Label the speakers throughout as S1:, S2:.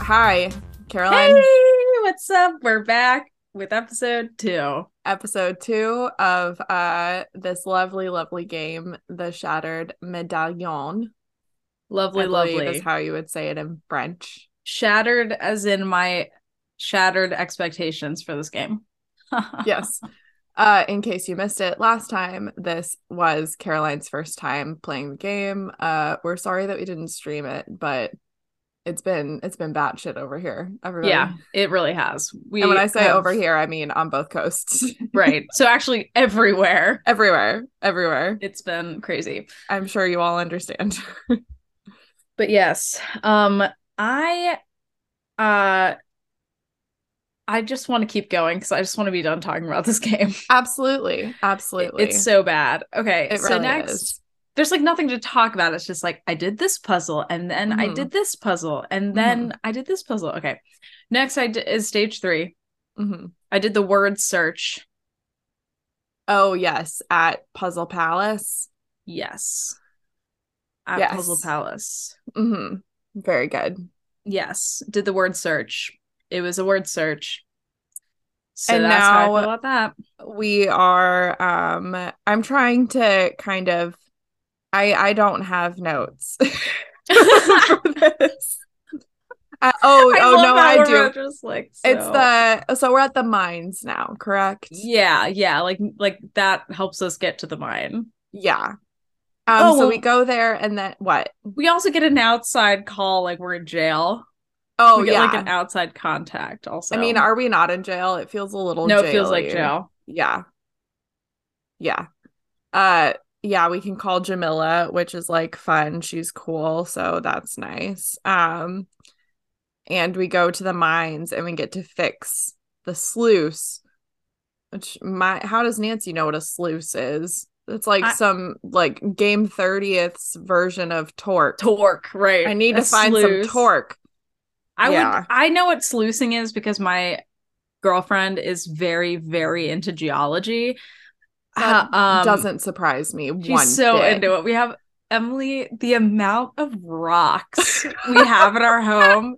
S1: Hi, Caroline.
S2: Hey, what's up? We're back with episode two.
S1: Episode two of uh this lovely, lovely game, The Shattered Medallion.
S2: Lovely,
S1: I believe
S2: lovely.
S1: is how you would say it in French.
S2: shattered as in my shattered expectations for this game.
S1: Yes. Uh, in case you missed it last time, this was Caroline's first time playing the game. Uh, we're sorry that we didn't stream it, but it's been it's been batshit over here. Everybody.
S2: Yeah, it really has. We
S1: and when I say
S2: have-
S1: over here, I mean on both coasts,
S2: right. So actually everywhere.
S1: everywhere, everywhere.
S2: It's been crazy.
S1: I'm sure you all understand.
S2: But yes, um I uh I just want to keep going cuz I just want to be done talking about this game.
S1: Absolutely. Absolutely.
S2: It's so bad. Okay,
S1: It
S2: so
S1: really
S2: next
S1: is.
S2: there's like nothing to talk about. It's just like I did this puzzle and then I
S1: Mhm.
S2: did this puzzle and then
S1: Mm-hmm.
S2: I did this puzzle. Okay. Next I d- is stage 3.
S1: Mhm.
S2: I did the word search.
S1: Oh yes, at Puzzle Palace.
S2: Yes. At
S1: Yes.
S2: Puzzle Palace. Mm-hmm.
S1: hmm Very good.
S2: Yes. Did the word search. It was a word search. So
S1: And
S2: that's how I feel
S1: now-
S2: about that.
S1: We are. Um, I'm trying to kind of. I I don't have notes for this. Uh, oh
S2: I
S1: oh
S2: love
S1: no,
S2: how
S1: I
S2: we're
S1: do.
S2: Just like
S1: It's
S2: so-
S1: the so we're at the mines now, correct?
S2: yeah, yeah, like like that helps us get to the mine.
S1: Yeah. Um,
S2: Oh,
S1: so
S2: well-
S1: we go there and then what?
S2: We also get an outside call, like we're in jail.
S1: Oh
S2: we get
S1: yeah.
S2: like an outside contact. Also,
S1: I mean, are we not in jail? It feels a little.
S2: no, it feels like
S1: jaily.
S2: jail.
S1: Yeah. Yeah. Uh yeah, we can call Jamila, which is like fun. She's cool, so that's nice. Um and we go to the mines and we get to fix the sluice. Which my how does Nancy know what a sluice is? It's like
S2: I-
S1: some like game 30th's version of torque.
S2: Torque, right?
S1: I need
S2: A
S1: to find
S2: sluice.
S1: some torque.
S2: I
S1: Yeah.
S2: would. I know what sluicing is because my girlfriend is very, very into geology.
S1: That
S2: Uh, um,
S1: Doesn't surprise me
S2: She's
S1: one
S2: so
S1: bit.
S2: into it. We have Emily. The amount of rocks we have in our home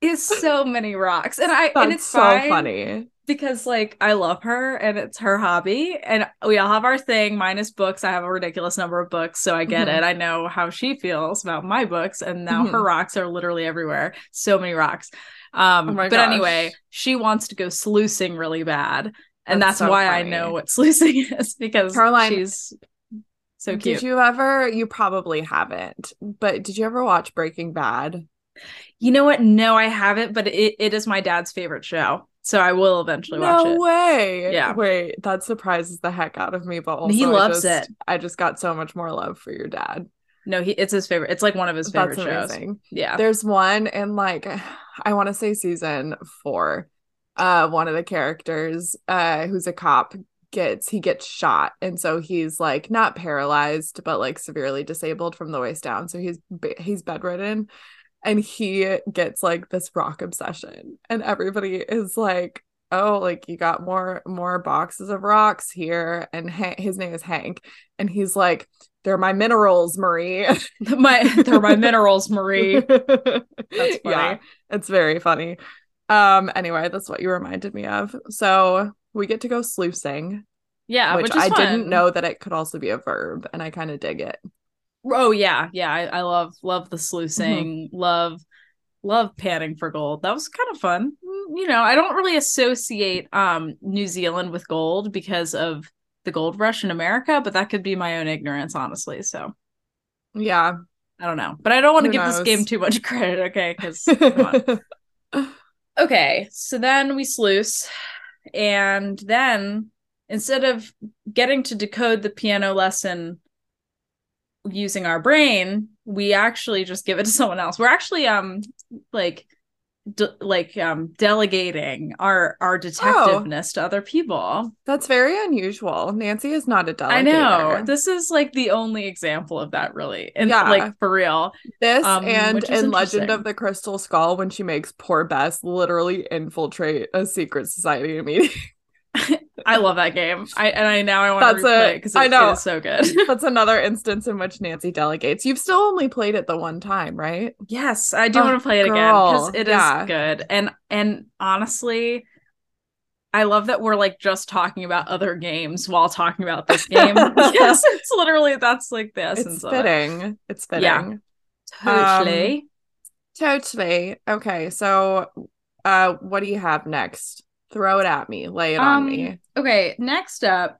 S2: is so many rocks, and I and
S1: That's
S2: it's
S1: so
S2: fine
S1: funny.
S2: because like I love her and it's her hobby, and we all have our thing minus books. I have a ridiculous number of books, so I get
S1: Mhm.
S2: it. I know how she feels about my books, and now her
S1: Mhm.
S2: rocks are literally everywhere. So many rocks. Um,
S1: Oh my
S2: but anyway,
S1: gosh.
S2: she wants to go sluicing really bad, and
S1: That's
S2: that's,
S1: so
S2: why I
S1: funny.
S2: know what sluicing is because
S1: Caroline,
S2: she's so cute.
S1: Did you ever? You probably haven't, but did you ever watch Breaking Bad?
S2: You know what? No, I haven't, but it, it is my dad's favorite show. So I will eventually watch
S1: No
S2: it.
S1: way.
S2: Yeah.
S1: Wait, that surprises the heck out of me, but also
S2: He
S1: I
S2: loves
S1: just- I just got so much more love for your dad.
S2: No, he it's his favorite. It's like one of his favorite
S1: That's
S2: shows.
S1: amazing.
S2: Yeah.
S1: There's one in like I want to say season four. Uh, one of the characters, uh, who's a cop, gets he gets shot, and so he's like not paralyzed, but like severely disabled from the waist down. So he's be- he's bedridden, and he gets like this rock obsession, and everybody is like. Oh, like you got more more boxes of rocks here, and Han- his name is Hank, and he's like, "They're my minerals, Marie."
S2: My they're my minerals, Marie. That's funny.
S1: Yeah, it's very funny. Um, anyway, that's what you reminded me of. So we get to go sluicing,
S2: Yeah,
S1: which,
S2: which, is
S1: I
S2: fun.
S1: didn't know that it could also be a verb, and I kind of dig it.
S2: Oh yeah, yeah. I, I love love the sluicing,
S1: Mm-hmm.
S2: love love panning for gold. That was kind of fun. Mm, You know, I don't really associate um New Zealand with gold because of the gold rush in America, but that could be my own ignorance, honestly. So
S1: Yeah.
S2: I don't know, but I don't want to
S1: Who
S2: give this
S1: knows?
S2: game too much credit, okay? Because okay, so then we sluice, and then instead of getting to decode the piano lesson using our brain, we actually just give it to someone else. We're actually um like de- like um delegating our our detectiveness to other people.
S1: That's very unusual. Nancy is not a delegator.
S2: I know this is like the only example of that, really, and
S1: Yeah.
S2: like for real.
S1: This
S2: Um,
S1: and
S2: which is
S1: in Legend
S2: interesting.
S1: of the Crystal Skull, when she makes poor Bess literally infiltrate a secret society meeting.
S2: I love that game. I and I now I want
S1: That's
S2: to replay
S1: a-
S2: it because
S1: I
S2: it,
S1: know.
S2: it is so good.
S1: That's another instance in which Nancy delegates. You've still only played it the one time, right?
S2: Yes, I do
S1: Oh,
S2: want to play it again
S1: girl,
S2: because it is
S1: yeah.
S2: good. And and honestly, I love that we're like just talking about other games while talking about this game. yes, it's literally that's like the essence
S1: It's
S2: of it.
S1: fitting. It's fitting.
S2: Yeah. Totally.
S1: Totally. Okay, so uh what do you have next? Throw it at me. Lay it on
S2: Um,
S1: me.
S2: Okay, next up,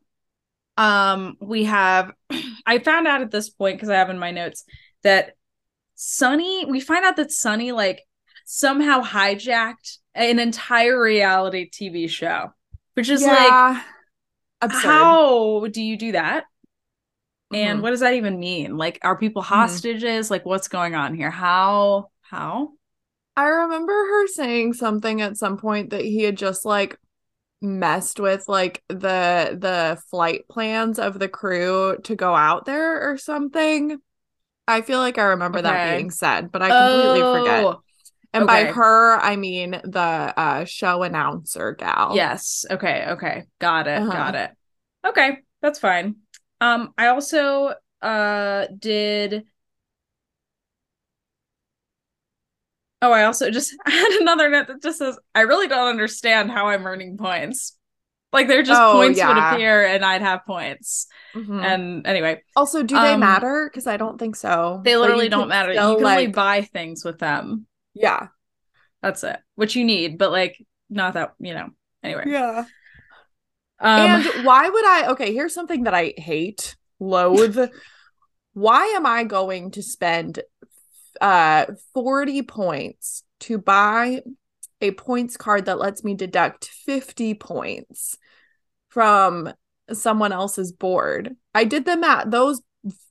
S2: um, we have I found out at this point because I have in my notes that Sunny, we find out that Sunny like somehow hijacked an entire reality TV show, which is like
S1: Yeah. absurd.
S2: how do you do that? And
S1: Mhm.
S2: what does that even mean? Like, are people
S1: Mm-hmm.
S2: hostages? Like, what's going on here? How? How?
S1: I remember her saying something at some point that he had just like messed with like the the flight plans of the crew to go out there or something. I feel like I remember that
S2: Okay.
S1: being said, but I completely forget.
S2: Oh,
S1: And by
S2: okay.
S1: her, I mean the uh show announcer gal.
S2: Yes. Okay. Okay. Got it.
S1: Uh-huh.
S2: Got it. Okay. That's fine. Um, I also uh did Oh, I also just had another note that just says, I really don't understand how I'm earning points. Like they're just
S1: Oh,
S2: points would
S1: yeah.
S2: appear and I'd have points.
S1: Mhm.
S2: And anyway,
S1: Also, do they
S2: Um,
S1: matter? Because I don't think so. But
S2: they
S1: you
S2: literally don't
S1: can
S2: matter. You
S1: still,
S2: can only
S1: like-
S2: buy things with them.
S1: yeah,
S2: That's it. Which you need, but like not that, you know. Anyway.
S1: yeah.
S2: Um
S1: and why would I? Okay, here's something that I hate, loathe. why am I going to spend uh 40 points to buy a points card that lets me deduct 50 points from someone else's board? I did the math. Those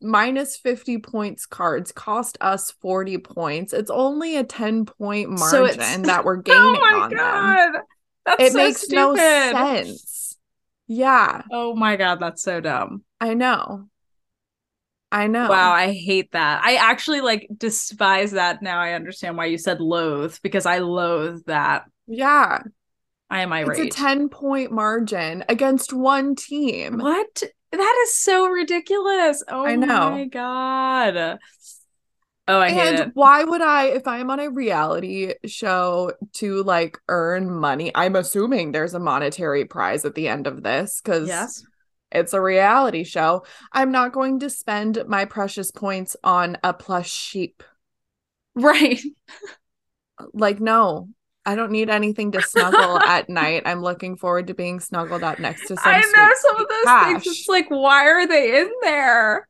S1: minus 50 points cards cost us 40 points. It's only a 10 point margin
S2: So it's-
S1: that we're gaining
S2: oh my
S1: on them
S2: god that's
S1: it
S2: so
S1: makes
S2: stupid
S1: no sense. Yeah,
S2: oh my god that's so dumb
S1: I know. I know.
S2: wow i hate that i actually like despise that now i understand why you said loathe because i loathe that
S1: Yeah,
S2: i am irate
S1: it's a 10 point margin against one team.
S2: what that is so ridiculous oh
S1: I know.
S2: my god oh i hate
S1: and
S2: it
S1: why would I, if I'm on a reality show to like earn money, I'm assuming there's a monetary prize at the end of this because
S2: yes
S1: it's a reality show. I'm not going to spend my precious points on a plush sheep.
S2: right
S1: like no i don't need anything to snuggle at night i'm looking forward to being snuggled up next to some
S2: i know
S1: sweet,
S2: some of
S1: sweet
S2: those
S1: cash.
S2: things it's like why are they in there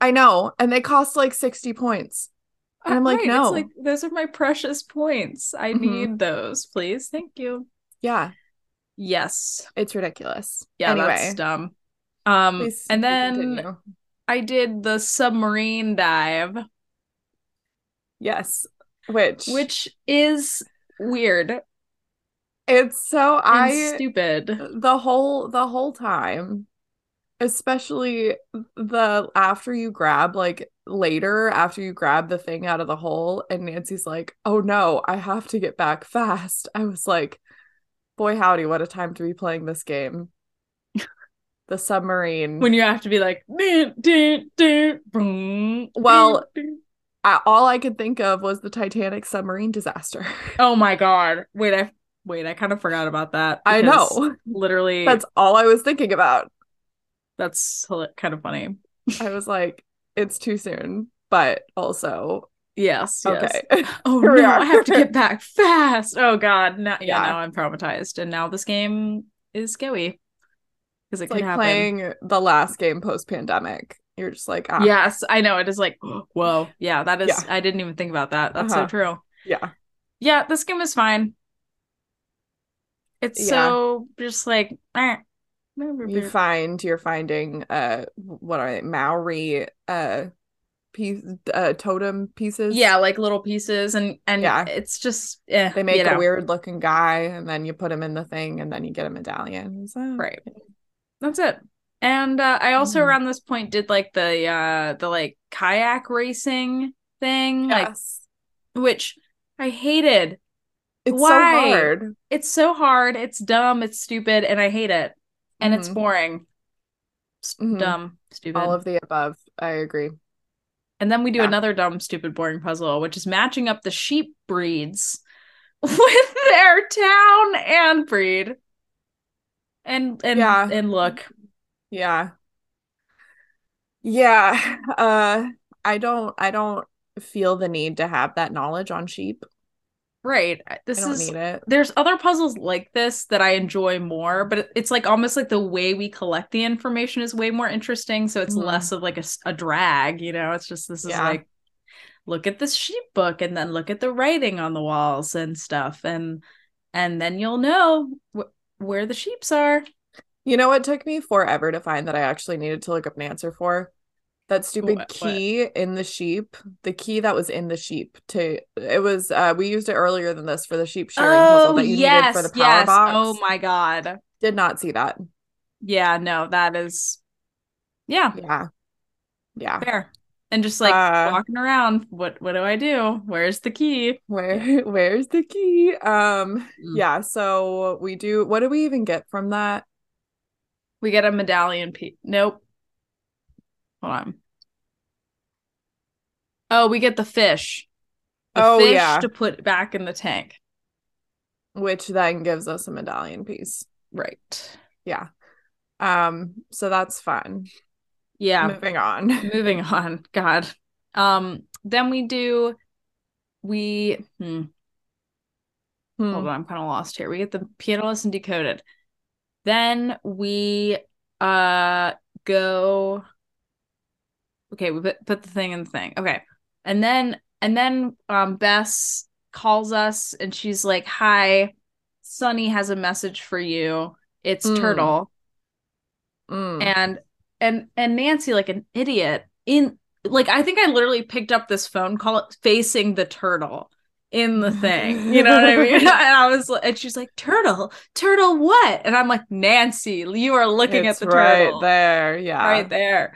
S1: i know and they cost like 60 points And I'm like,
S2: Right,
S1: no.
S2: it's like those are my precious points i
S1: Mhm.
S2: need those please thank you
S1: yeah
S2: Yes.
S1: it's ridiculous
S2: Yeah,
S1: anyway
S2: that's dumb. Um
S1: please
S2: and then
S1: continue.
S2: I did the submarine dive,
S1: yes which
S2: which is weird
S1: it's so
S2: and
S1: i
S2: stupid.
S1: the whole the whole time especially the after you grab like later after you grab the thing out of the hole and Nancy's like oh no I have to get back fast I was like boy howdy what a time to be playing this game the submarine
S2: When you have to be like "Dun, dun, dun, boom,
S1: Well-
S2: dun, dun."
S1: I, all I could think of was the Titanic submarine disaster
S2: Oh my god. Wait, I wait, I kind of forgot about that.
S1: I
S2: because
S1: know
S2: Literally
S1: that's all I was thinking about
S2: that's hila- kind of funny.
S1: I was like it's too soon but also
S2: Yes, yes.
S1: okay
S2: Oh
S1: Here we
S2: no,
S1: are.
S2: I have to get back fast. Oh god, now
S1: Yeah.
S2: yeah, now I'm traumatized. And now this game is scary. Because it
S1: It's
S2: could
S1: like
S2: happen.
S1: playing the last game post pandemic. You're just like, ah,
S2: Yes, I know. It is like, whoa. Yeah, that is
S1: Yeah.
S2: I didn't even think about that. That's
S1: Uh-huh.
S2: so true.
S1: yeah,
S2: Yeah, this game is fine. It's
S1: Yeah.
S2: so just like eh.
S1: you find you're finding uh, what are they, Maori uh, piece uh, totem pieces.
S2: yeah, like little pieces and and
S1: Yeah.
S2: it's just eh,
S1: they make
S2: you
S1: a
S2: know.
S1: weird looking guy, and then you put him in the thing, and then you get a medallion. uh, So,
S2: Right. That's it. And uh, I also
S1: Mhm.
S2: around this point did like the uh the like kayak racing thing, like
S1: yes,
S2: which I hated.
S1: it's
S2: Why?
S1: so hard.
S2: It's so hard, it's dumb, it's stupid, and I hate it. and it's
S1: Mhm.
S2: boring. It's
S1: Mhm.
S2: Dumb, stupid.
S1: All of the above. I agree.
S2: and then we do
S1: yeah.
S2: another dumb, stupid, boring puzzle, which is matching up the sheep breeds with their town and breed. And and
S1: Yeah.
S2: and look,
S1: Yeah. Yeah. Uh I don't I don't feel the need to have that knowledge on sheep.
S2: right. This
S1: I don't
S2: is
S1: need it.
S2: there's other puzzles like this that I enjoy more, but it- it's like almost like the way we collect the information is way more interesting. So it's
S1: Mhm.
S2: less of like a, s- a drag, you know? It's just this is
S1: Yeah.
S2: like, look at this sheep book and then look at the writing on the walls and stuff. And, and then you'll know wh- where the sheeps are.
S1: You know, it took me forever to find that I actually needed to look up an answer for that stupid
S2: What- what?
S1: key in the sheep, the key that was in the sheep. To it was uh we used it earlier than this for the sheep sharing puzzle that you needed for the power box.
S2: Oh my God.
S1: Did not see that.
S2: Yeah. No, that is, yeah,
S1: Yeah. Yeah.
S2: fair. And just like
S1: Uh,
S2: walking around, what what do I do? Where's the key?
S1: Where where's the key? Um
S2: Mm.
S1: yeah, so we do what do we even get from that?
S2: We get a medallion piece. Nope. Hold on. Oh, we get the fish. The
S1: Oh,
S2: fish
S1: yeah.
S2: to put back in the tank.
S1: Which then gives us a medallion piece.
S2: Right.
S1: Yeah. Um so that's fun.
S2: Yeah.
S1: Moving on.
S2: Moving on. God. Um, then we do we hmm, hold
S1: Hmm.
S2: on, I'm kind of lost here. We get the piano lesson decoded. Then we uh go okay we put, put the thing in the thing okay and then and then um bess calls us and she's like hi sunny has a message for you it's
S1: Mm.
S2: turtle
S1: Mm.
S2: and and and nancy like an idiot in like i think i literally picked up this phone call facing the turtle in the thing you know what i mean and i was li- and she's like turtle turtle what and i'm like nancy you are looking
S1: It's
S2: at the
S1: right
S2: turtle
S1: there. Yeah.
S2: right there.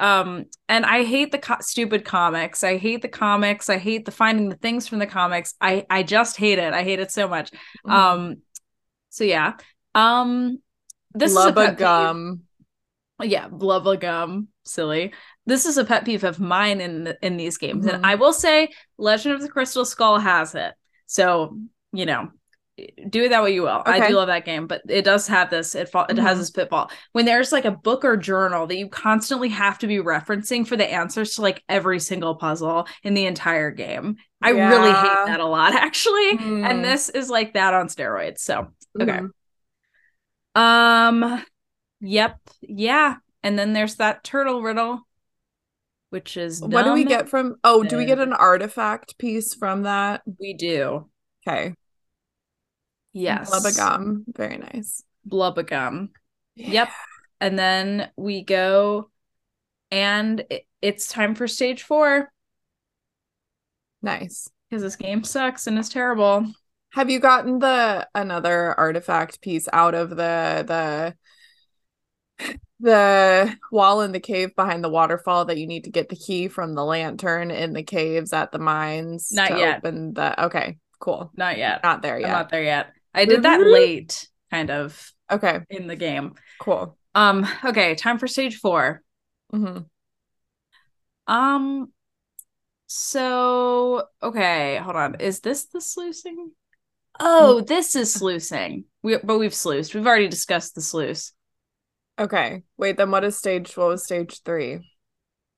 S2: Um, and I hate the co- stupid comics. I hate the comics. I hate the finding the things from the comics. I I just hate it. I hate it so much.
S1: Mhm.
S2: Um, so yeah. Um, this is a
S1: Lubba
S2: pet peeve.
S1: gum.
S2: Yeah, love a gum. Silly. This is a pet peeve of mine in the, in these games,
S1: Mhm.
S2: and I will say, Legend of the Crystal Skull has it. So you know, do it that way you will. I
S1: Okay.
S2: do love that game, but it does have this. It fall, it has
S1: Mhm.
S2: this pitfall when there's like a book or journal that you constantly have to be referencing for the answers to like every single puzzle in the entire game. I really
S1: Yeah.
S2: hate that a lot, actually.
S1: Mm.
S2: And this is like that on steroids. So okay.
S1: Mhm.
S2: Um, yep, yeah. And then there's that turtle riddle, which is
S1: What do we
S2: dumb.
S1: get from Oh, do we get
S2: and-
S1: an artifact piece from that?
S2: We do.
S1: Okay.
S2: Yes.
S1: Lubba gum. Very nice.
S2: Blubbagum. Yep. And then we go, and it, it's time for stage four
S1: Nice.
S2: because this game sucks and is terrible.
S1: Have you gotten the another artifact piece out of the the the wall in the cave behind the waterfall that you need to get the key from the lantern in the caves at the mines
S2: Not
S1: to
S2: yet.
S1: open the okay, cool.
S2: Not yet.
S1: Not there
S2: I'm
S1: yet.
S2: not there yet. I did that
S1: Mhm.
S2: late, kind of
S1: Okay,
S2: in the game.
S1: cool.
S2: Um, okay, time for stage four.
S1: hmm
S2: Um, so okay, hold on. Is this the sluicing? Oh, this is sluicing. We but we've sluiced. We've already discussed the sluice,
S1: Okay. Wait, then what is stage what was stage three?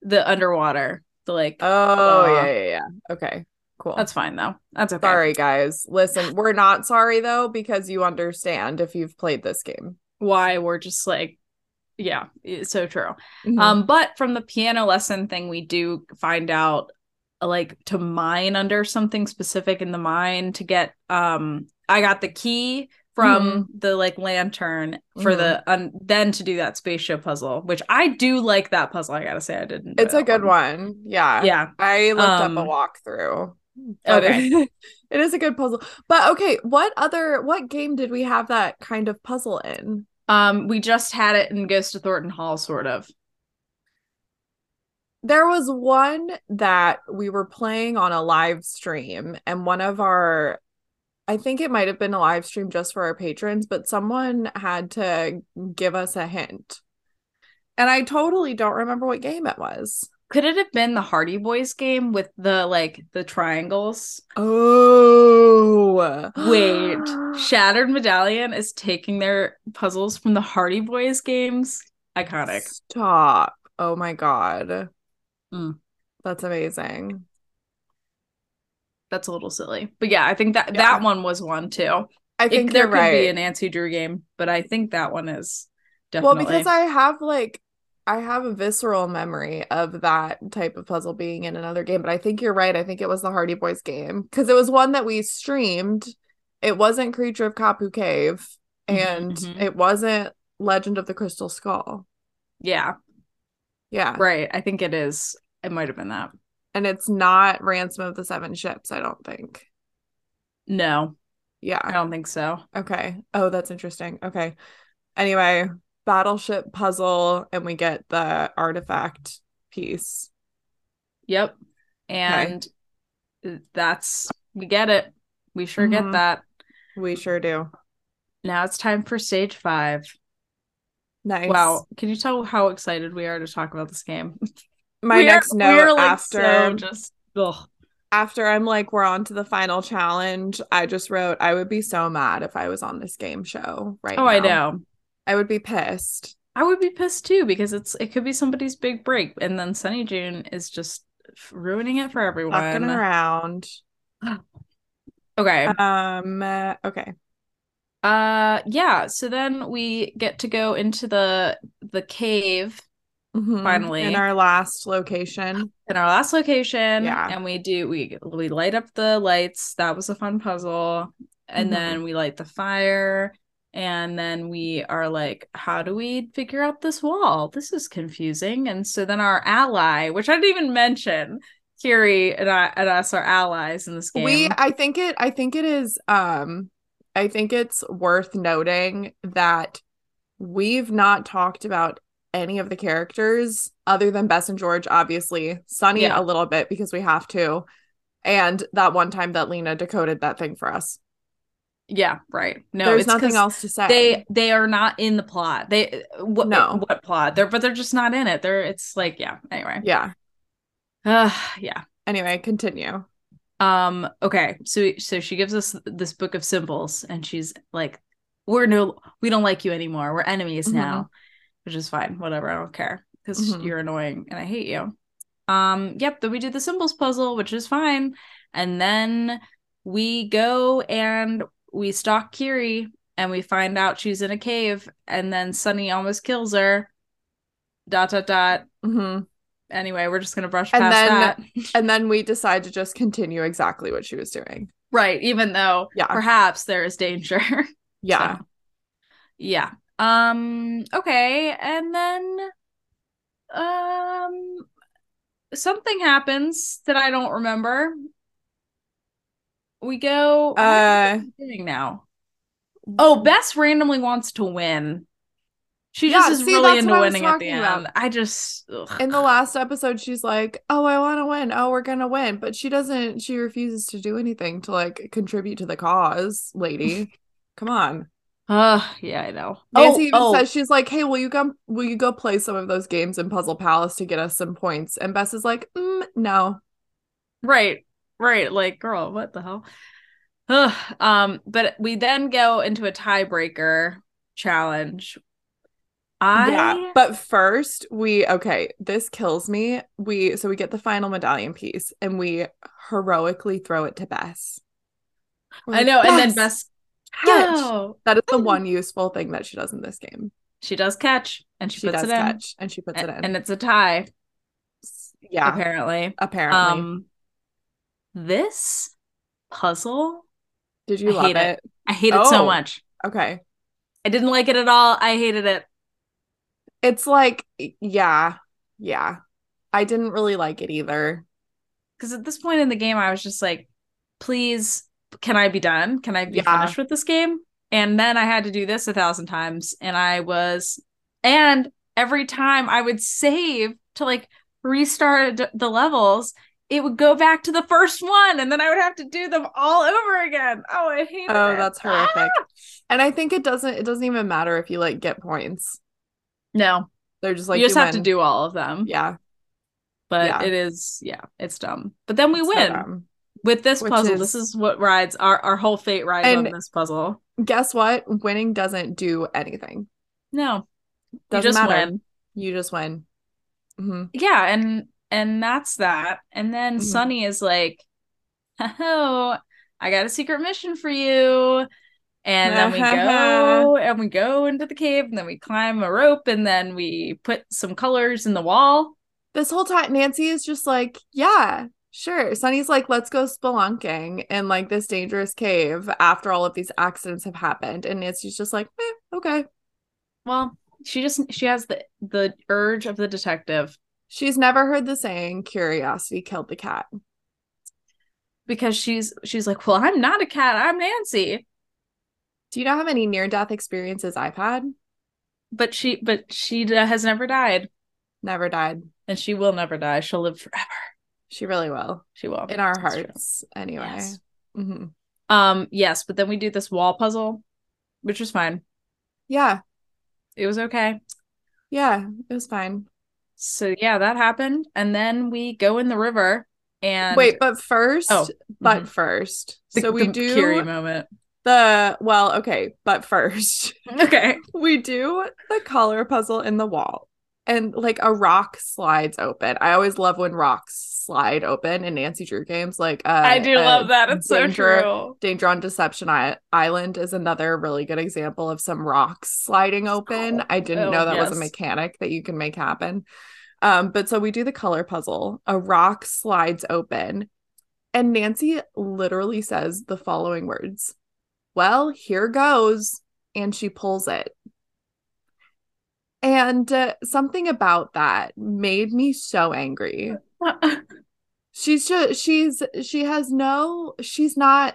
S2: the underwater, the like.
S1: Oh
S2: Uh,
S1: yeah, yeah, yeah. Okay, cool.
S2: That's fine though. That's okay.
S1: Sorry guys. Listen, we're not sorry though, because you understand if you've played this game.
S2: Why we're just like, yeah, it's so true.
S1: Mhm.
S2: Um, but from the piano lesson thing, we do find out uh, like to mine under something specific in the mine to get um I got the key from
S1: Mm-hmm.
S2: the like lantern for the un- then to do that spaceship puzzle, which I do like that puzzle. I gotta say I didn't. know
S1: It's a
S2: that
S1: good one. Yeah.
S2: Yeah.
S1: I looked up
S2: Um,
S1: a walkthrough. But
S2: okay.
S1: it- it is a good puzzle. But okay, what other what game did we have that kind of puzzle in?
S2: Um we just had it in Ghost of Thornton Hall, sort of.
S1: There was one that we were playing on a live stream and one of our I think it might have been a live stream just for our patrons, but someone had to give us a hint. And I totally don't remember what game it was.
S2: Could it have been the Hardy Boys game with the like the triangles?
S1: Oh.
S2: Wait, Shattered Medallion is taking their puzzles from the Hardy Boys games. Iconic.
S1: Stop. Oh my God.
S2: Mm.
S1: That's amazing.
S2: That's a little silly. But yeah, I think that
S1: Yeah.
S2: that one was one too.
S1: I
S2: It-
S1: think
S2: there
S1: you're
S2: could
S1: right.
S2: be an Nancy Drew game, but I think that one is
S1: well,
S2: definitely
S1: because I have like, I have a visceral memory of that type of puzzle being in another game, but I think you're right. I think it was the Hardy Boys game because it was one that we streamed. It wasn't Creature of Kapu Cave
S2: Mhm,
S1: and
S2: mhm.
S1: it wasn't Legend of the Crystal Skull.
S2: yeah,
S1: Yeah.
S2: right. I think it is. It might have been that.
S1: And it's not Ransom of the Seven Ships, I don't think.
S2: No, I
S1: Yeah.
S2: don't think so.
S1: Okay. Oh, that's interesting. Okay. Anyway, battleship puzzle, and we get the artifact piece.
S2: Yep. And uh, that's we get it. We sure
S1: Mhm.
S2: get that.
S1: We sure do.
S2: Now it's time for stage five.
S1: Nice.
S2: Wow. Can you tell how excited we are to talk about this game?
S1: my
S2: We are-
S1: next
S2: we
S1: note
S2: are, like,
S1: after
S2: so just ugh.
S1: after I'm like we're on to the final challenge, I just wrote I would be so mad if I was on this game show right
S2: Oh, I
S1: now.
S2: know.
S1: I would be pissed.
S2: I would be pissed too because it's it could be somebody's big break, and then Sunny June is just f- ruining it for
S1: Fucking
S2: everyone.
S1: around.
S2: Okay.
S1: Um uh, okay.
S2: Uh yeah, so then we get to go into the the cave
S1: Mhm.
S2: Finally.
S1: in our last location.
S2: in our last location
S1: Yeah.
S2: and we do we we light up the lights. That was a fun puzzle. And
S1: Mhm.
S2: then we light the fire and then we are like how do we figure out this wall? This is confusing. And so then our ally, which I didn't even mention, Kiri and I and us are allies in this game.
S1: We I think it I think it is um I think it's worth noting that we've not talked about any of the characters other than Bess and George, obviously. Sunny
S2: Yeah.
S1: a little bit because we have to. And that one time that Lena decoded that thing for us.
S2: yeah, right. No,
S1: There's
S2: it's
S1: nothing
S2: 'cause-
S1: else to say.
S2: they they are not in the plot they what
S1: No.
S2: what plot they're but they're just not in it they're it's like yeah anyway
S1: yeah.
S2: uh, yeah
S1: Anyway, continue.
S2: um okay so so she gives us this book of symbols and she's like we're no we don't like you anymore we're enemies
S1: Mm-hmm.
S2: now which is fine whatever i don't care because
S1: Mhm.
S2: you're annoying and i hate you um yep then we do the symbols puzzle which is fine and then we go and we stalk kiri and we find out she's in a cave and then sunny almost kills her dot dot dot
S1: Mhm.
S2: anyway we're just gonna brush
S1: And
S2: past
S1: then-
S2: that
S1: And then we decide to just continue exactly what she was doing.
S2: right even though
S1: Yeah.
S2: perhaps there is danger
S1: Yeah.
S2: So, yeah. Um okay, and then um something happens that I don't remember. We go what are
S1: Uh,
S2: we doing now. Oh, Bess randomly wants to win. She
S1: Yeah,
S2: just is
S1: see,
S2: really
S1: that's
S2: into
S1: what I was
S2: winning at the
S1: talking about.
S2: end. I just ugh.
S1: in the last episode she's like oh i want to win oh we're gonna win but she doesn't she refuses to do anything to like contribute to the cause lady come on
S2: Ugh, yeah, I know.
S1: nancy even
S2: oh, oh,
S1: says she's like hey will you go will you go play some of those games in puzzle palace to get us some points and bess is like mm, no
S2: Right, right. Like, girl, what the hell? Ugh. Um, but we then go into a tiebreaker challenge. I
S1: yeah but first we okay this kills me we so we get the final medallion piece and we heroically throw it to bess We're
S2: I
S1: like,
S2: know, and then Bess
S1: catch."
S2: Go!
S1: that is the
S2: Mm.
S1: one useful thing that she does in this game
S2: She does catch and she,
S1: she
S2: puts
S1: does
S2: it in.
S1: catch and she puts
S2: and,
S1: it in.
S2: and it's a tie,
S1: yeah,
S2: apparently.
S1: apparently.
S2: Um this puzzle,
S1: Did you
S2: I
S1: love
S2: hate
S1: it?
S2: it. I hate it so
S1: Oh.
S2: much.
S1: Okay.
S2: I didn't like it at all. I hated it.
S1: It's like yeah, yeah. I didn't really like it either.
S2: because at this point in the game i was just like please can i be done can i be
S1: Yeah.
S2: finished with this game and then i had to do this a thousand times and i was and every time i would save to like restart d- the levels it would go back to the first one and then I would have to do them all over again. Oh, I hate it.
S1: Oh, that's horrific. And I think it doesn't it doesn't even matter if you like get points.
S2: No,
S1: They're just like
S2: you just have to
S1: win.
S2: do all of them.
S1: Yeah.
S2: but
S1: yeah.
S2: it is, yeah, it's dumb. But then we
S1: so
S2: win
S1: dumb.
S2: with this
S1: Which
S2: puzzle.
S1: is-
S2: This is what rides our our whole fate rides on
S1: And-
S2: this puzzle.
S1: Guess what? Winning doesn't do anything.
S2: No,
S1: Doesn't
S2: you just
S1: matter.
S2: win.
S1: You just win. hmm
S2: Yeah, and and that's that. And then
S1: Mhm.
S2: Sunny is like, "Oh, I got a secret mission for you." And then we go and we go into the cave and then we climb a rope and then we put some colors in the wall.
S1: This whole time, Nancy is just like, yeah, sure. Sunny's like, let's go spelunking in like this dangerous cave after all of these accidents have happened. And Nancy's just like, eh, okay.
S2: Well, she just she has the the urge of the detective
S1: She's never heard the saying, curiosity killed the cat.
S2: because she's she's like, "Well, I'm not a cat. I'm Nancy."
S1: Do you know how many near death experiences I've had?
S2: But she but she has never died
S1: Never died.
S2: and she will never die. She'll live forever.
S1: She really will
S2: She will.
S1: in our
S2: That's true.
S1: hearts, anyway.
S2: Yes.
S1: hmm
S2: Um, yes, but then we do this wall puzzle, which was fine.
S1: Yeah,
S2: It was okay.
S1: yeah, it was fine.
S2: So yeah, that happened. And then we go in the river and
S1: Wait, but first,
S2: Oh,
S1: but
S2: mhm.
S1: first,
S2: The-
S1: so we
S2: the
S1: do
S2: Curie moment.
S1: the well, okay, but first,
S2: Okay.
S1: we do the color puzzle in the wall, and like a rock slides open. I always love when rocks slide open in Nancy Drew games. Like, uh,
S2: I do
S1: uh,
S2: love that. It's so
S1: danger-
S2: true.
S1: Danger on Deception I- Island is another really good example of some rocks sliding open.
S2: Oh,
S1: I didn't
S2: oh,
S1: know that was
S2: yes.
S1: a mechanic that you can make happen. Um, but so we do the color puzzle. A rock slides open, and Nancy literally says the following words Well, here goes. And she pulls it. And uh, something about that made me so angry she's just she's she has no she's not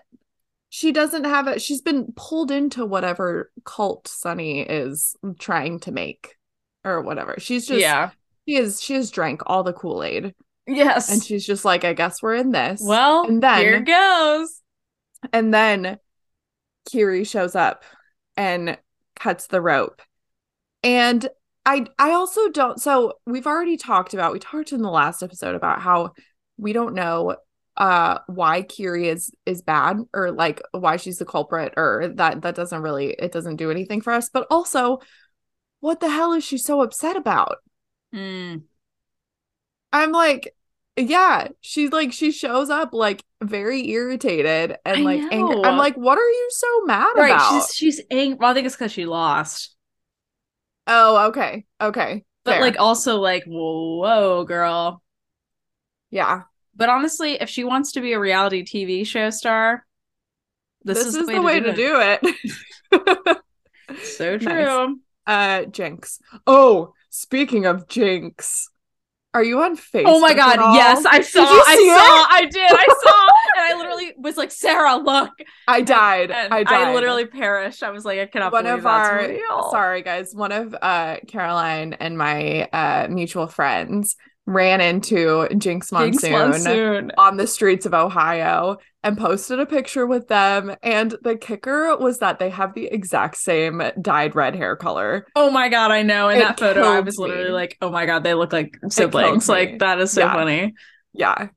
S1: she doesn't have it she's been pulled into whatever cult sunny is trying to make or whatever she's just
S2: yeah.
S1: she is she has drank all the kool-aid
S2: Yes.
S1: and she's just like i guess we're in this
S2: well,
S1: and then-
S2: here goes.
S1: and then kiri shows up and cuts the rope and i i also don't so we've already talked about we talked in the last episode about how we don't know uh why kiri is is bad or like why she's the culprit or that that doesn't really it doesn't do anything for us but also what the hell is she so upset about Hmm.
S2: Mm.
S1: i'm like yeah she's like she shows up like very irritated and
S2: I
S1: like angry.
S2: know.
S1: i'm like what are you so mad
S2: Right.
S1: about
S2: She's she's angry. Well, I think it's because she lost.
S1: oh okay okay
S2: But
S1: Fair.
S2: like also like, whoa, girl.
S1: yeah
S2: But honestly, if she wants to be a reality TV show star,
S1: this, is, the way to do it.
S2: it. So
S1: Nice.
S2: true.
S1: uh, Jinx. Oh, speaking of Jinx, are you on Facebook?
S2: Oh my
S1: at
S2: god,
S1: all?
S2: yes, I saw,
S1: you
S2: I
S1: see
S2: saw, I did, I saw, and I literally was like, Sarah, look,
S1: I died.
S2: and
S1: I
S2: I,
S1: died.
S2: literally perished. I was like, I cannot
S1: one
S2: believe
S1: of
S2: that's
S1: our
S2: real.
S1: sorry guys, one of uh Caroline and my uh mutual friends ran into Jinx
S2: Jinx
S1: Monsoon.
S2: Monsoon.
S1: On the streets of Ohio, and posted a picture with them. And the kicker was that they have the exact same dyed red hair color.
S2: Oh my god, I know. In
S1: It
S2: that photo, I
S1: killed
S2: was literally
S1: me.
S2: like, oh my god, they look like siblings.
S1: me.
S2: Like that is so
S1: Yeah.
S2: funny.
S1: Yeah.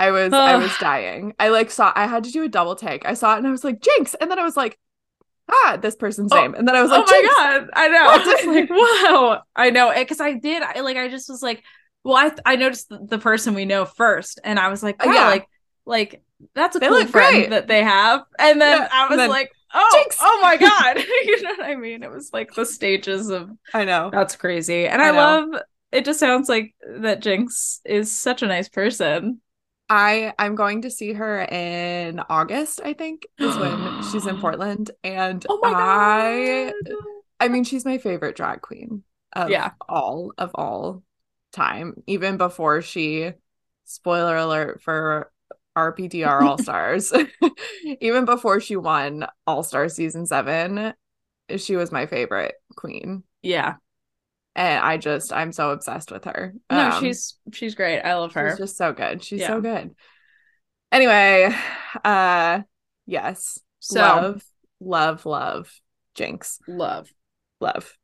S1: I was I
S2: Ugh.
S1: was dying. I like saw I had to do a double take. I saw it and I was like, Jinx. And then I was like, ah, this person's
S2: Oh.
S1: name. And then I was like,
S2: oh my
S1: Jinx.
S2: god, I know.
S1: What?
S2: I was like, wow, I know. Because I did, I like, I just was like, well, I I noticed the, the person we know first, and I was like,
S1: Uh,
S2: wow,
S1: yeah.
S2: like, like that's a
S1: They
S2: cool
S1: look
S2: friend
S1: great.
S2: that they have. And then
S1: Yeah,
S2: I
S1: and
S2: was
S1: then,
S2: like, oh,
S1: "Jinx!"
S2: oh my god, you know what I mean? It was like the stages of
S1: I know.
S2: that's crazy, and
S1: I
S2: I,
S1: know.
S2: love. It just sounds like that Jinx is such a nice person.
S1: I I'm going to see her in August, I think, is when she's in Portland. And
S2: Oh my
S1: I
S2: god.
S1: I mean, she's my favorite drag queen of
S2: Yeah.
S1: all of all time, even before she spoiler alert for RPDR All Stars. even before she won All Star season 7, she was my favorite queen.
S2: Yeah.
S1: And I just I'm so obsessed with her.
S2: No,
S1: Um,
S2: she's she's great. I love her.
S1: She's just so good. She's
S2: Yeah.
S1: so good. Anyway, uh yes.
S2: so
S1: love, love, love. Jinx.
S2: love.
S1: Love.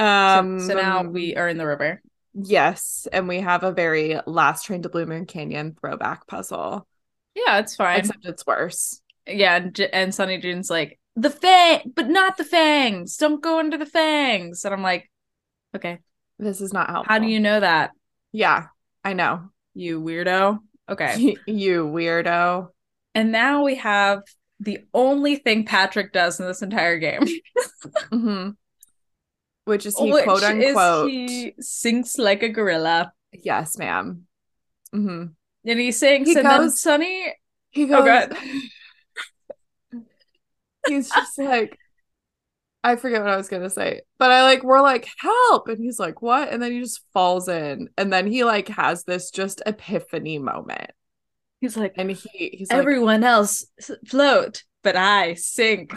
S2: So-
S1: Um
S2: so now we are in the river.
S1: Yes, and we have a very last train to Blue Moon Canyon throwback puzzle.
S2: Yeah, it's fine.
S1: Except it's worse.
S2: yeah, and, J- and Sunny June's like the fang, but not the fangs. Don't go into the fangs. And I'm like, okay,
S1: This is not helpful.
S2: how do you know that,
S1: Yeah, I know.
S2: you weirdo? Okay.
S1: you weirdo.
S2: And now we have the only thing Patrick does in this entire game,
S1: hmm Which is he
S2: which
S1: quote unquote?
S2: is he sinks like a gorilla.
S1: Yes, ma'am. hmm
S2: And he sinks,
S1: He
S2: and then
S1: goes-
S2: Sunny
S1: He
S2: Oh,
S1: goes. he's just like, I forget what I was gonna say, but I like we're like help, and he's like what, and then he just falls in, and then he like has this just epiphany moment,
S2: he's like,
S1: and he he's like,
S2: everyone else s- float, but I sink.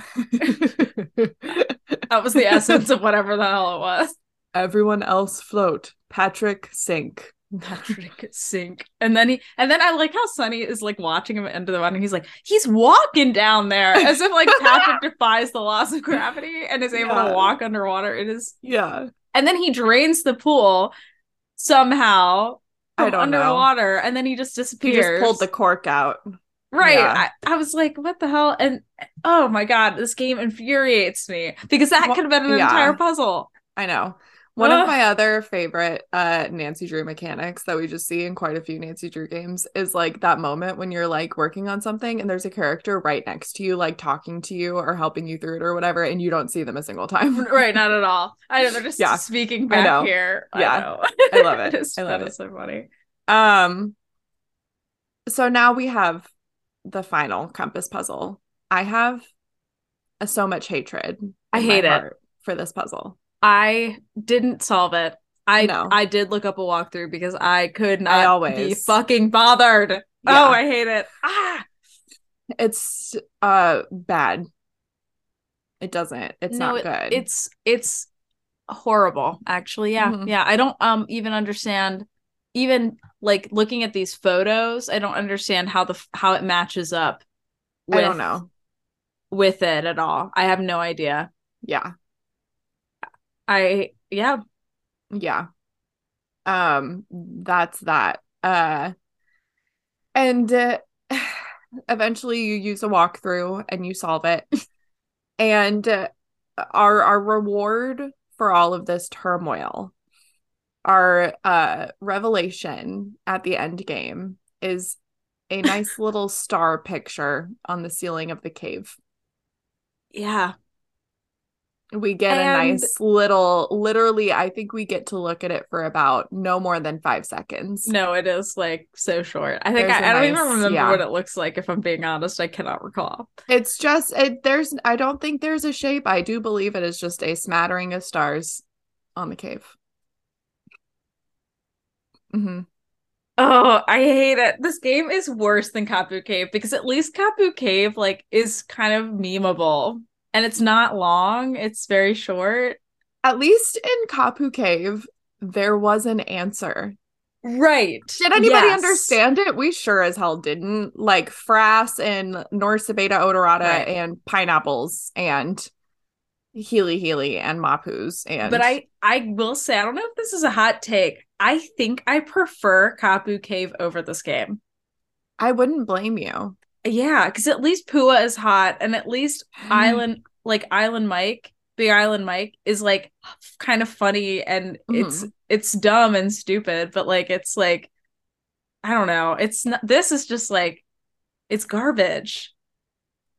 S2: That was the essence of whatever the hell it was.
S1: everyone else float, Patrick sink.
S2: Patrick sink. And then he and then I like how Sunny is like watching him into the water and he's like, he's walking down there as if like Patrick defies the laws of gravity and is able
S1: Yeah.
S2: to walk underwater. It is
S1: Yeah,
S2: and then he drains the pool somehow
S1: I
S2: from
S1: don't know.
S2: underwater and then he just
S1: he
S2: disappears.
S1: just pulled the cork out.
S2: Right.
S1: Yeah.
S2: I, I was like, what the hell? And oh my God, this game infuriates me because that
S1: Wha-
S2: could have been an
S1: yeah.
S2: entire puzzle.
S1: I know. One
S2: Ugh.
S1: of my other favorite uh Nancy Drew mechanics that we just see in quite a few Nancy Drew games is like that moment when you're like working on something and there's a character right next to you, like talking to you or helping you through it or whatever, and you don't see them a single time.
S2: right. Not at all. I know. They're just
S1: Yeah.
S2: speaking
S1: I know.
S2: back here.
S1: Yeah.
S2: I,
S1: I love it. I love
S2: that
S1: it.
S2: is so funny.
S1: Um so now we have the final compass puzzle. I have a, so much hatred.
S2: I
S1: in my
S2: hate it.
S1: heart for this puzzle.
S2: I didn't solve it. I
S1: No.
S2: I did look up a walkthrough because I could not be
S1: always-
S2: fucking bothered.
S1: Yeah.
S2: Oh, I hate it. Ah,
S1: It's uh bad. It doesn't. It's
S2: No,
S1: not
S2: it-
S1: good.
S2: it's it's horrible actually yeah
S1: Mhm.
S2: yeah i don't um even understand even like looking at these photos i don't understand how the f- how it matches up
S1: I don't know.
S2: with it at all i have no idea
S1: Yeah.
S2: i yeah
S1: Yeah. Um that's that. Uh and uh, eventually you use a walkthrough and you solve it. and uh, our our reward for all of this turmoil our uh revelation at the end game is a nice little star picture on the ceiling of the cave.
S2: yeah
S1: We get a
S2: And-
S1: nice little, literally, I think we get to look at it for about no more than five seconds.
S2: no it is like so short i think
S1: There's
S2: I,
S1: a
S2: I don't even
S1: nice-
S2: remember
S1: yeah.
S2: what it looks like if i'm being honest i cannot recall
S1: It's just, it, there's, I don't think there's a shape. I do believe it is just a smattering of stars on the cave. hmm
S2: oh i hate it this game is worse than kapu cave because at least kapu cave like is kind of memeable and it's not long it's very short
S1: At least in Kapu Cave, there was an answer.
S2: Right.
S1: Did anybody
S2: Yes.
S1: understand it? We sure as hell didn't. Like frass and North Sabeda odorata
S2: Right.
S1: and pineapples and Healy Healy and Mapus and
S2: But I I will say I don't know if this is a hot take. I think I prefer Kapu Cave over this game.
S1: I wouldn't blame you.
S2: Yeah, cuz at least Pua is hot and at least
S1: Mm-hmm.
S2: Island like Island Mike, Big Island Mike is like kind of funny and it's
S1: Mm-hmm.
S2: it's dumb and stupid, but like it's like I don't know. It's not this is just like it's garbage.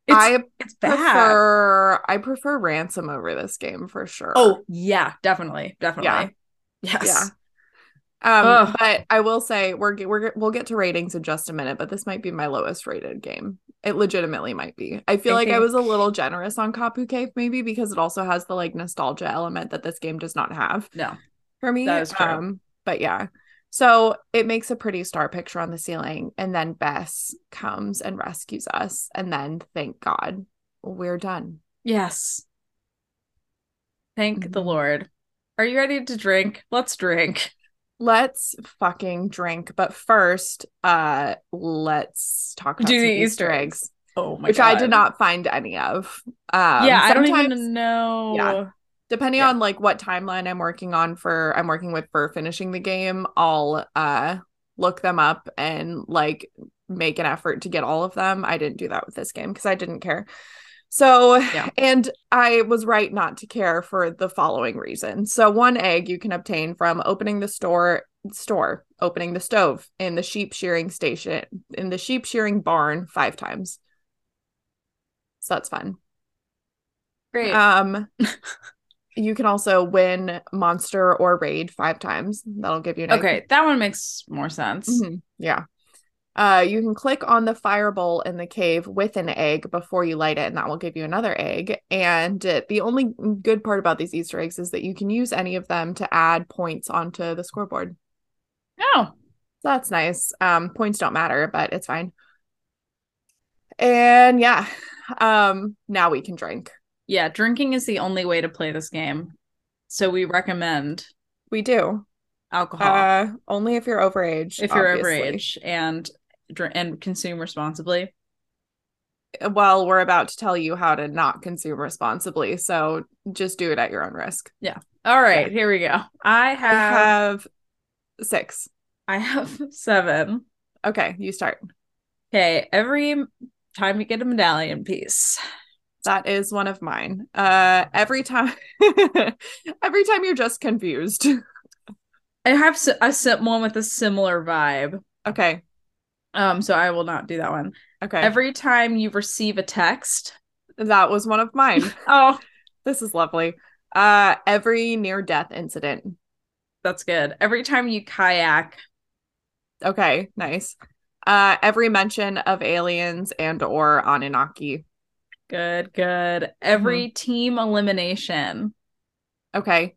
S2: It's
S1: I
S2: it's bad.
S1: prefer I prefer ransom over this game for sure.
S2: oh, yeah, definitely. Definitely. Yes.
S1: yeah.
S2: Ugh.
S1: Um, but I will say we're ge- we're ge- we'll get to ratings in just a minute, but this might be my lowest rated game. It legitimately might be. I feel
S2: I
S1: like I was a
S2: think-
S1: little generous on Kapu Cave, maybe because it also has the like nostalgia element that this game does not have
S2: No.
S1: for me.
S2: That is true.
S1: Um, but yeah. So it makes a pretty star picture on the ceiling, and then Bess comes and rescues us, and then thank God we're done.
S2: Yes. Thank the
S1: Mhm.
S2: Lord. Are you ready to drink? Let's drink.
S1: Let's fucking drink. But first, uh, let's talk about
S2: Do
S1: some
S2: the
S1: Easter
S2: Easter
S1: eggs,
S2: Oh my
S1: which I did not find any of. Um,
S2: yeah, I don't
S1: sometimes-
S2: even know.
S1: Yeah. depending
S2: Yeah.
S1: on like what timeline I'm working on for I'm working with for finishing the game, I'll uh look them up and like make an effort to get all of them. I didn't do that with this game because I didn't care. So,
S2: Yeah.
S1: and I was right not to care for the following reason. So, one egg you can obtain from opening the store store, opening the stove in the sheep shearing station, in the sheep shearing barn 5 times. So that's fun.
S2: Great.
S1: Um, you can also win monster or raid five times. That'll give you an egg.
S2: okay, that one makes more sense.
S1: Mhm. Yeah. Uh, you can click on the fireball in the cave with an egg before you light it, and that will give you another egg. And uh, the only good part about these Easter eggs is that you can use any of them to add points onto the scoreboard. Mm-hmm.
S2: Oh,
S1: So that's nice. Um, points don't matter, but it's fine. And yeah, um, now we can drink.
S2: yeah. Drinking is the only way to play this game, so we recommend
S1: We do.
S2: alcohol
S1: Uh, only if you're overage.
S2: if you're
S1: obviously.
S2: overage and dr- and consume responsibly.
S1: well, we're about to tell you how to not consume responsibly. So just do it at your own risk.
S2: All right, here we go. I
S1: I
S2: have
S1: have six.
S2: I have seven.
S1: Okay, you start.
S2: Okay, every time you get a medallion piece.
S1: That is one of mine. Uh every time every time you're just confused.
S2: I have s- a sim- one with a similar vibe.
S1: Okay.
S2: Um, so I will not do that one.
S1: Okay.
S2: Every time you receive a text.
S1: that was one of mine.
S2: Oh,
S1: this is lovely. Uh every near death incident.
S2: that's good. Every time you kayak.
S1: Okay, nice. Uh every mention of aliens and or Anunnaki.
S2: Good, good. Every
S1: Mm-hmm.
S2: team elimination
S1: Okay.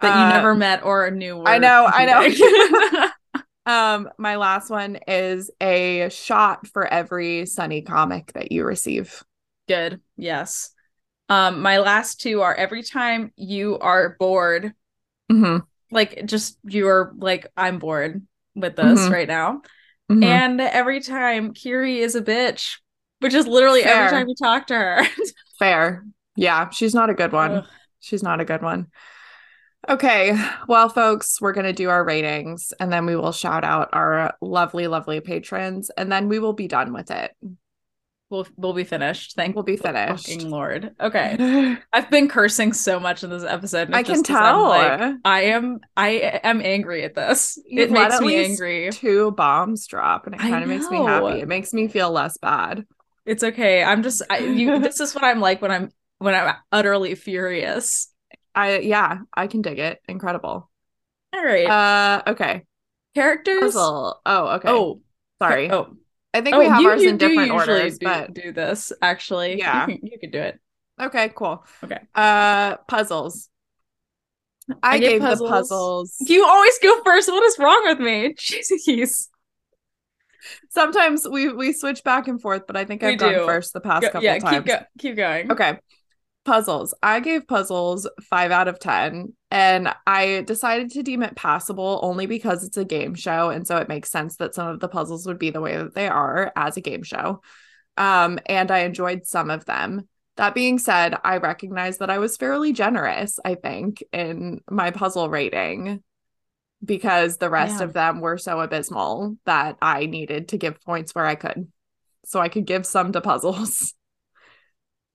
S2: that you
S1: Uh,
S2: never met or knew.
S1: I
S2: were
S1: know, I know.
S2: competing.
S1: Um, my last one is a shot for every sunny comic that you receive.
S2: good. Yes. Um, my last two are every time you are bored
S1: Mm-hmm.
S2: like just you're like i'm bored with this
S1: Mhm.
S2: right now
S1: Mm-hmm.
S2: and every time kiri is a bitch which is literally
S1: Fair.
S2: every time you talk to her
S1: Fair. Yeah, she's not a good one.
S2: Ugh.
S1: She's not a good one. Okay. Well, folks, we're going to do our ratings and then we will shout out our lovely, lovely patrons and then we will be done with it.
S2: we'll, we'll be finished thank
S1: We'll be
S2: fucking
S1: finished.
S2: lord okay i've been cursing so much in this episode and
S1: I
S2: it's
S1: can
S2: just 'cause I'm
S1: tell.
S2: like, i am i am angry at this
S1: You've
S2: it
S1: let
S2: makes
S1: at
S2: me
S1: least
S2: angry
S1: Two bombs drop and it
S2: I
S1: kind of makes me
S2: know.
S1: happy. It makes me feel less bad.
S2: it's okay i'm just I, you this is what i'm like when i'm when i'm utterly furious
S1: I, yeah, I can dig it. Incredible.
S2: all right
S1: Uh, okay.
S2: characters
S1: Puzzle. Oh, okay.
S2: oh
S1: sorry.
S2: oh
S1: I think we have
S2: you,
S1: ours
S2: you
S1: in
S2: do
S1: different
S2: usually
S1: orders,
S2: do,
S1: but
S2: do this actually.
S1: Yeah.
S2: you can, you can do it.
S1: okay, cool.
S2: Okay.
S1: Uh, puzzles. I,
S2: I did
S1: gave
S2: puzzles.
S1: the puzzles.
S2: You always go first. What is wrong with me? Jesus.
S1: Sometimes we we switch back and forth, but I think
S2: We
S1: I've gone
S2: do.
S1: first the past
S2: Go-
S1: couple
S2: yeah,
S1: times.
S2: keep go- keep going.
S1: Okay. Puzzles. I gave puzzles five out of 10, and I decided to deem it passable only because it's a game show. And so it makes sense that some of the puzzles would be the way that they are as a game show. Um, and I enjoyed some of them. That being said, I recognize that I was fairly generous, I think, in my puzzle rating because the rest
S2: Yeah.
S1: of them were so abysmal that I needed to give points where I could. So I could give some to puzzles.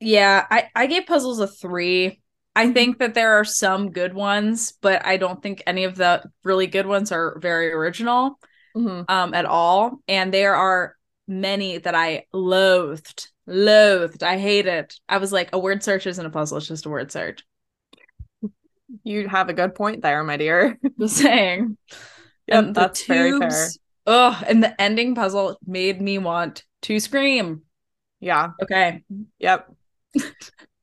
S2: Yeah, I I gave puzzles a 3.
S1: Mm-hmm.
S2: I think that there are some good ones, but I don't think any of the really good ones are very original
S1: Mhm.
S2: um at all, and there are many that I loathed. Loathed. I hate it. I was like, a word search isn't a puzzle, it's just a word search.
S1: You have a good point there, my dear.
S2: Just saying.
S1: Yep,
S2: and the
S1: that's very fair.
S2: tubes- Ugh, and the ending puzzle made me want to scream.
S1: Yeah.
S2: Okay.
S1: Yep.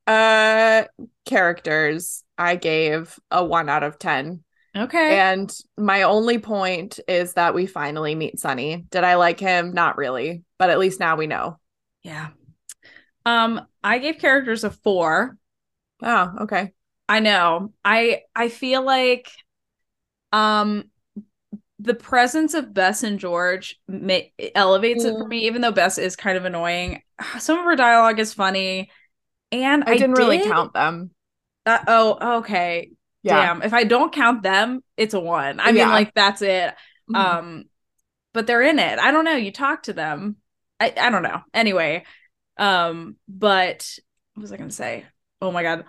S1: uh characters. I gave a 1 out of 10.
S2: Okay.
S1: And my only point is that we finally meet Sunny. Did I like him? Not really, but at least now we know.
S2: Yeah. Um, I gave characters a four.
S1: Oh, okay.
S2: I know. I I feel like um the presence of Bess and George ma- elevates it for
S1: Mm.
S2: me even though Bess is kind of annoying. Some of her dialogue is funny and I,
S1: I didn't really
S2: did-
S1: count them.
S2: uh, oh, okay.
S1: Yeah.
S2: Damn. If I don't count them, it's a 1. I mean
S1: Yeah.
S2: like that's it.
S1: Mhm.
S2: Um but they're in it. I don't know, you talk to them. I I don't know. Anyway, um but what was I going to say? Oh my god.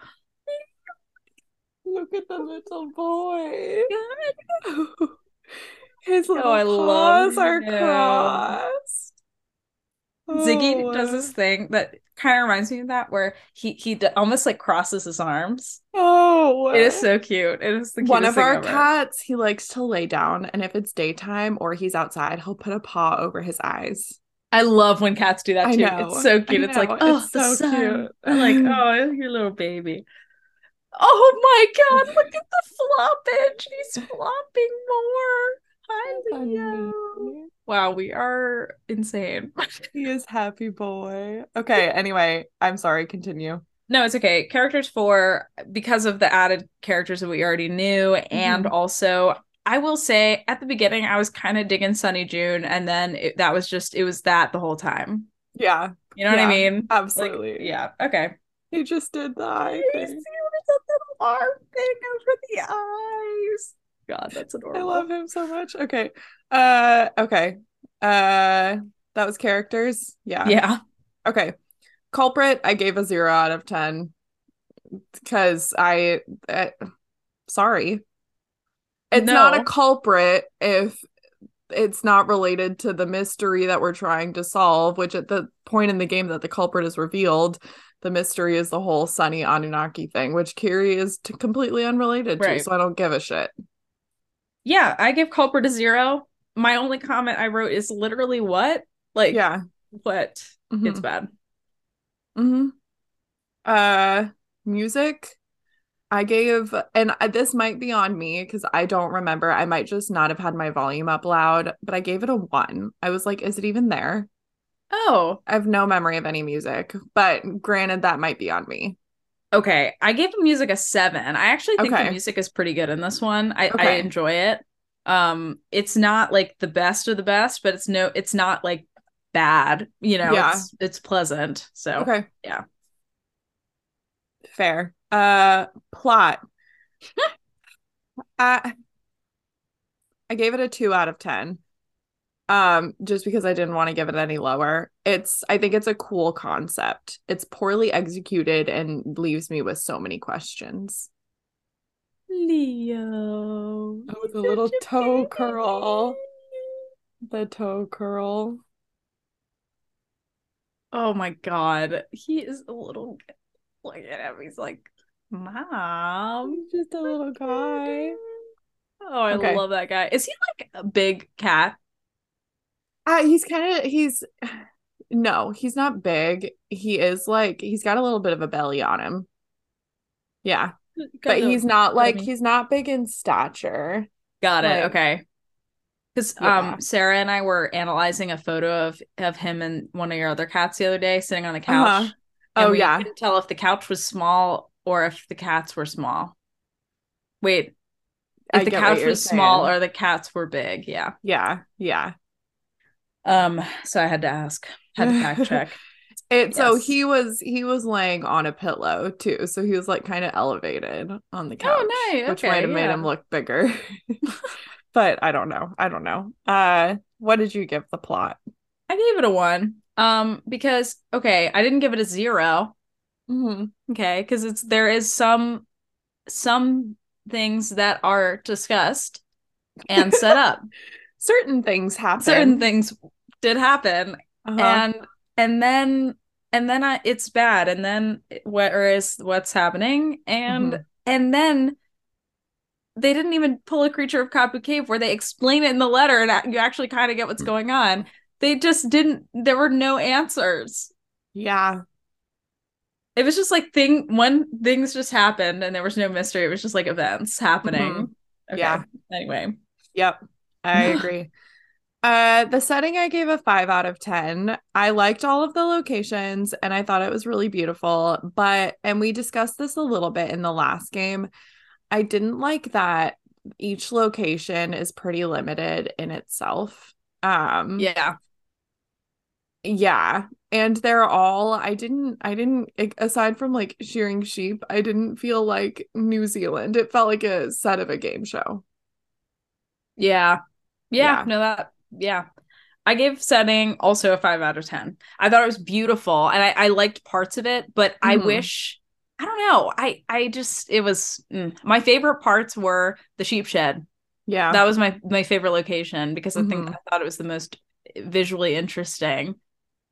S1: Look at the little boy. His little
S2: Oh, I love
S1: paws are
S2: him.
S1: crossed.
S2: Ziggy does
S1: Oh.
S2: this thing that kind of reminds me of that, where he he d- almost like crosses his arms.
S1: Oh,
S2: It is so cute. It is the cutest
S1: one of
S2: thing
S1: our
S2: ever.
S1: cats. He likes to lay down, and if it's daytime or he's outside, he'll put a paw over his eyes.
S2: I love when cats do that
S1: I
S2: too.
S1: know.
S2: It's so cute.
S1: I
S2: It's like
S1: know.
S2: oh,
S1: It's
S2: the
S1: so
S2: sun.
S1: cute.
S2: I'm like oh, your little baby. Oh my god! Look at the floppage. He's flopping more. Hi, Leo.
S1: Funny.
S2: Wow, we are insane.
S1: He is happy boy. Okay. Anyway, I'm sorry. Continue.
S2: No, it's okay. Characters four, because of the added characters that we already knew, and
S1: Mhm.
S2: also I will say at the beginning I was kind of digging Sunny June, and then it, that was just it was that the whole time.
S1: Yeah,
S2: You know what I
S1: Yeah,
S2: mean? Like,
S1: absolutely.
S2: yeah. Okay.
S1: he just did that. I
S2: You see
S1: think.
S2: that little arm thing over the eyes. God, that's
S1: I
S2: adorable.
S1: love him so much. Okay. Uh okay. Uh that was characters. Yeah.
S2: Yeah.
S1: Okay. Culprit, I gave a 0 out of 10 cuz I uh, sorry. It's not
S2: No.
S1: a culprit if it's not related to the mystery that we're trying to solve, which at the point in the game that the culprit is revealed, the mystery is the whole Sunny Anunnaki thing, which Kiri is t- completely unrelated
S2: Right.
S1: to, so I don't give a shit.
S2: Yeah, I give culprit a zero. My only comment I wrote is literally what? Like
S1: Yeah.
S2: what?
S1: Mhm.
S2: It's bad.
S1: Mm-hmm. Uh, music. I gave, and I- this might be on me because I don't remember. I might just not have had my volume up loud, but I gave it a one. I was like, is it even there?
S2: Oh,
S1: I have no memory of any music, but granted, that might be on me.
S2: Okay, I gave the music a seven. I actually think
S1: Okay.
S2: the music is pretty good in this one. I, I
S1: Okay.
S2: enjoy it. Um, it's not like the best of the best, but it's no, it's not like bad. You know,
S1: Yeah.
S2: it's it's pleasant. So
S1: Okay.
S2: yeah.
S1: Fair. Uh, plot. I I gave it a two out of ten. Um, just because I didn't want to give it any lower. It's I think it's a cool concept. It's poorly executed and leaves me with so many questions.
S2: Leo.
S1: Oh, the little toe curl. The toe curl.
S2: Oh my god, he is a little. Look at him. He's like, mom.
S1: He's just a little guy.
S2: Oh, I
S1: Okay.
S2: love that guy. Is he like a big cat?
S1: Uh, he's kind of he's no, he's not big. He is like he's got a little bit of a belly on him. Yeah, but he's not
S2: what I
S1: like
S2: mean.
S1: he's not big in stature.
S2: Got it.
S1: Like-
S2: okay. Because
S1: Yeah.
S2: um, Sarah and I were analyzing a photo of of him and one of your other cats the other day, sitting on a couch.
S1: Uh-huh.
S2: and
S1: Oh
S2: we
S1: yeah.
S2: couldn't tell if the couch was small or if the cats were small. Wait, if
S1: I
S2: the
S1: get what
S2: couch
S1: you're
S2: was small
S1: saying.
S2: or the cats were big, yeah.
S1: Yeah, yeah.
S2: Um, so I had to ask, had to fact check.
S1: It so
S2: Yes.
S1: he was he was laying on a pillow too, so he was like kind of elevated on the couch,
S2: Oh, nice.
S1: which
S2: Okay,
S1: might have made
S2: yeah.
S1: him look bigger. but I don't know. I don't know. Uh, what did you give the plot?
S2: I gave it a one. Um, because okay, I didn't give it a zero.
S1: Mm-hmm.
S2: Okay, because it's there is some some things that are discussed and set up.
S1: Certain things happen.
S2: certain things did happen
S1: Uh-huh.
S2: and and then and then I, it's bad and then what or is what's happening and and then they didn't even pull a creature of Kapu Cave where they explain it in the letter and a- you actually kind of get what's going on. They just didn't there were no answers.
S1: yeah.
S2: It was just like thing one things just happened and there was no mystery. It was just like events happening.
S1: Mhm.
S2: Okay.
S1: Yeah.
S2: Anyway.
S1: Yep. I agree. Uh, the setting I gave a five out of 10. I liked all of the locations and I thought it was really beautiful. But, and we discussed this a little bit in the last game. I didn't like that each location is pretty limited in itself. Um,
S2: Yeah.
S1: yeah and they're all i didn't i didn't like, aside from like shearing sheep i didn't feel like new zealand it felt like a set of a game show
S2: Yeah. Yeah.
S1: Yeah.
S2: No, that, yeah. I gave setting also a five out of 10. I thought it was beautiful and I, I liked parts of it, but I
S1: Mhm.
S2: wish, I don't know. I, I just, it was, mm. my favorite parts were the sheep shed.
S1: yeah
S2: That was my, my favorite location because I think
S1: Mhm.
S2: I thought it was the most visually interesting.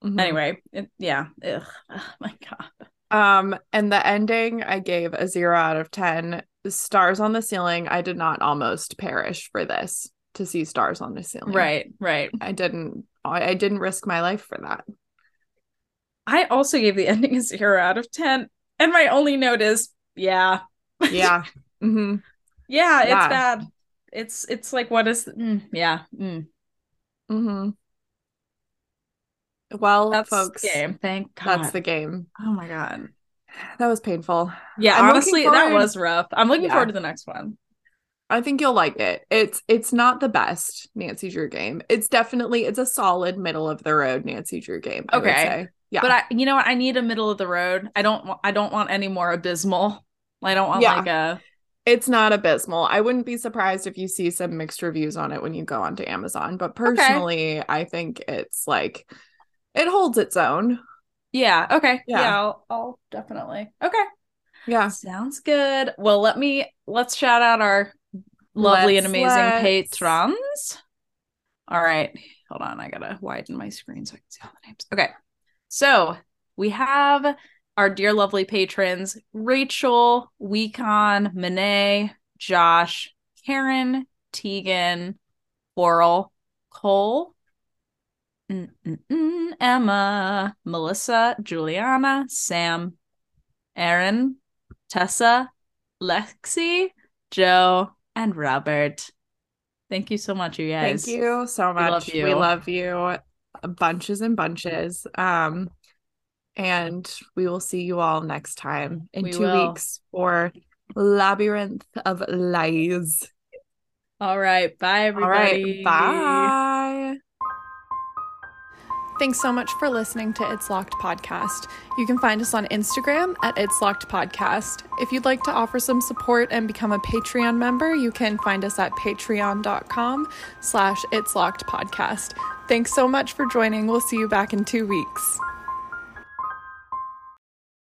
S1: Mhm.
S2: Anyway, it, yeah. Ugh. Oh my God.
S1: um and the ending i gave a zero out of ten stars on the ceiling i did not almost perish for this to see stars on the ceiling
S2: Right. Right.
S1: i didn't i, I didn't risk my life for that
S2: I also gave the ending a zero out of 10. And my only note is, yeah.
S1: yeah hmm
S2: Yeah, it's
S1: Yeah.
S2: bad. It's it's like what is mm, yeah. Mm.
S1: hmm well
S2: That's
S1: folks
S2: the game. Thank God.
S1: that's the game
S2: oh my god.
S1: that was painful
S2: Yeah,
S1: I'm looking
S2: honestly, that
S1: forward-
S2: was rough. I'm looking
S1: Yeah.
S2: forward to the next one.
S1: I think you'll like it. It's it's not the best Nancy Drew game. It's definitely it's a solid middle of the road Nancy Drew game. I would
S2: Okay.
S1: say. Yeah.
S2: But I you know what? I need a middle of the road. I don't wa- I don't want any more abysmal. I don't want
S1: Yeah.
S2: like a
S1: it's not abysmal. I wouldn't be surprised if you see some mixed reviews on it when you go onto Amazon. But personally, I think it's like it holds its own.
S2: yeah, okay. Yeah,
S1: Yeah.
S2: I'll, I'll definitely. Okay.
S1: Yeah.
S2: Sounds good. Well, let me let's shout out our lovely and
S1: Let's-
S2: amazing
S1: let's.
S2: patrons. All right. Hold on. I gotta widen my screen so I can see all the names. Okay. So we have our dear lovely patrons Rachel, Wecon, Monet, Josh, Karen, Tegan, Oral, Cole, Mm-mm-mm, Emma, Melissa, Juliana, Sam, Aaron, Tessa, Lexi, Joe, and Robert. Thank you so much, you guys.
S1: Thank you so
S2: love
S1: much. We
S2: you.
S1: love you uh, bunches and bunches. Um and we will see you all next time in
S2: We
S1: two
S2: will.
S1: weeks for Labyrinth of Lies.
S2: All right. Bye, everybody.
S1: All right. Bye. Thanks so much for listening to It's Locked Podcast. You can find us on Instagram at It's Locked Podcast. If you'd like to offer some support and become a Patreon member, you can find us at patreon.com slash It's Locked Podcast. Thanks so much for joining. We'll see you back in two weeks.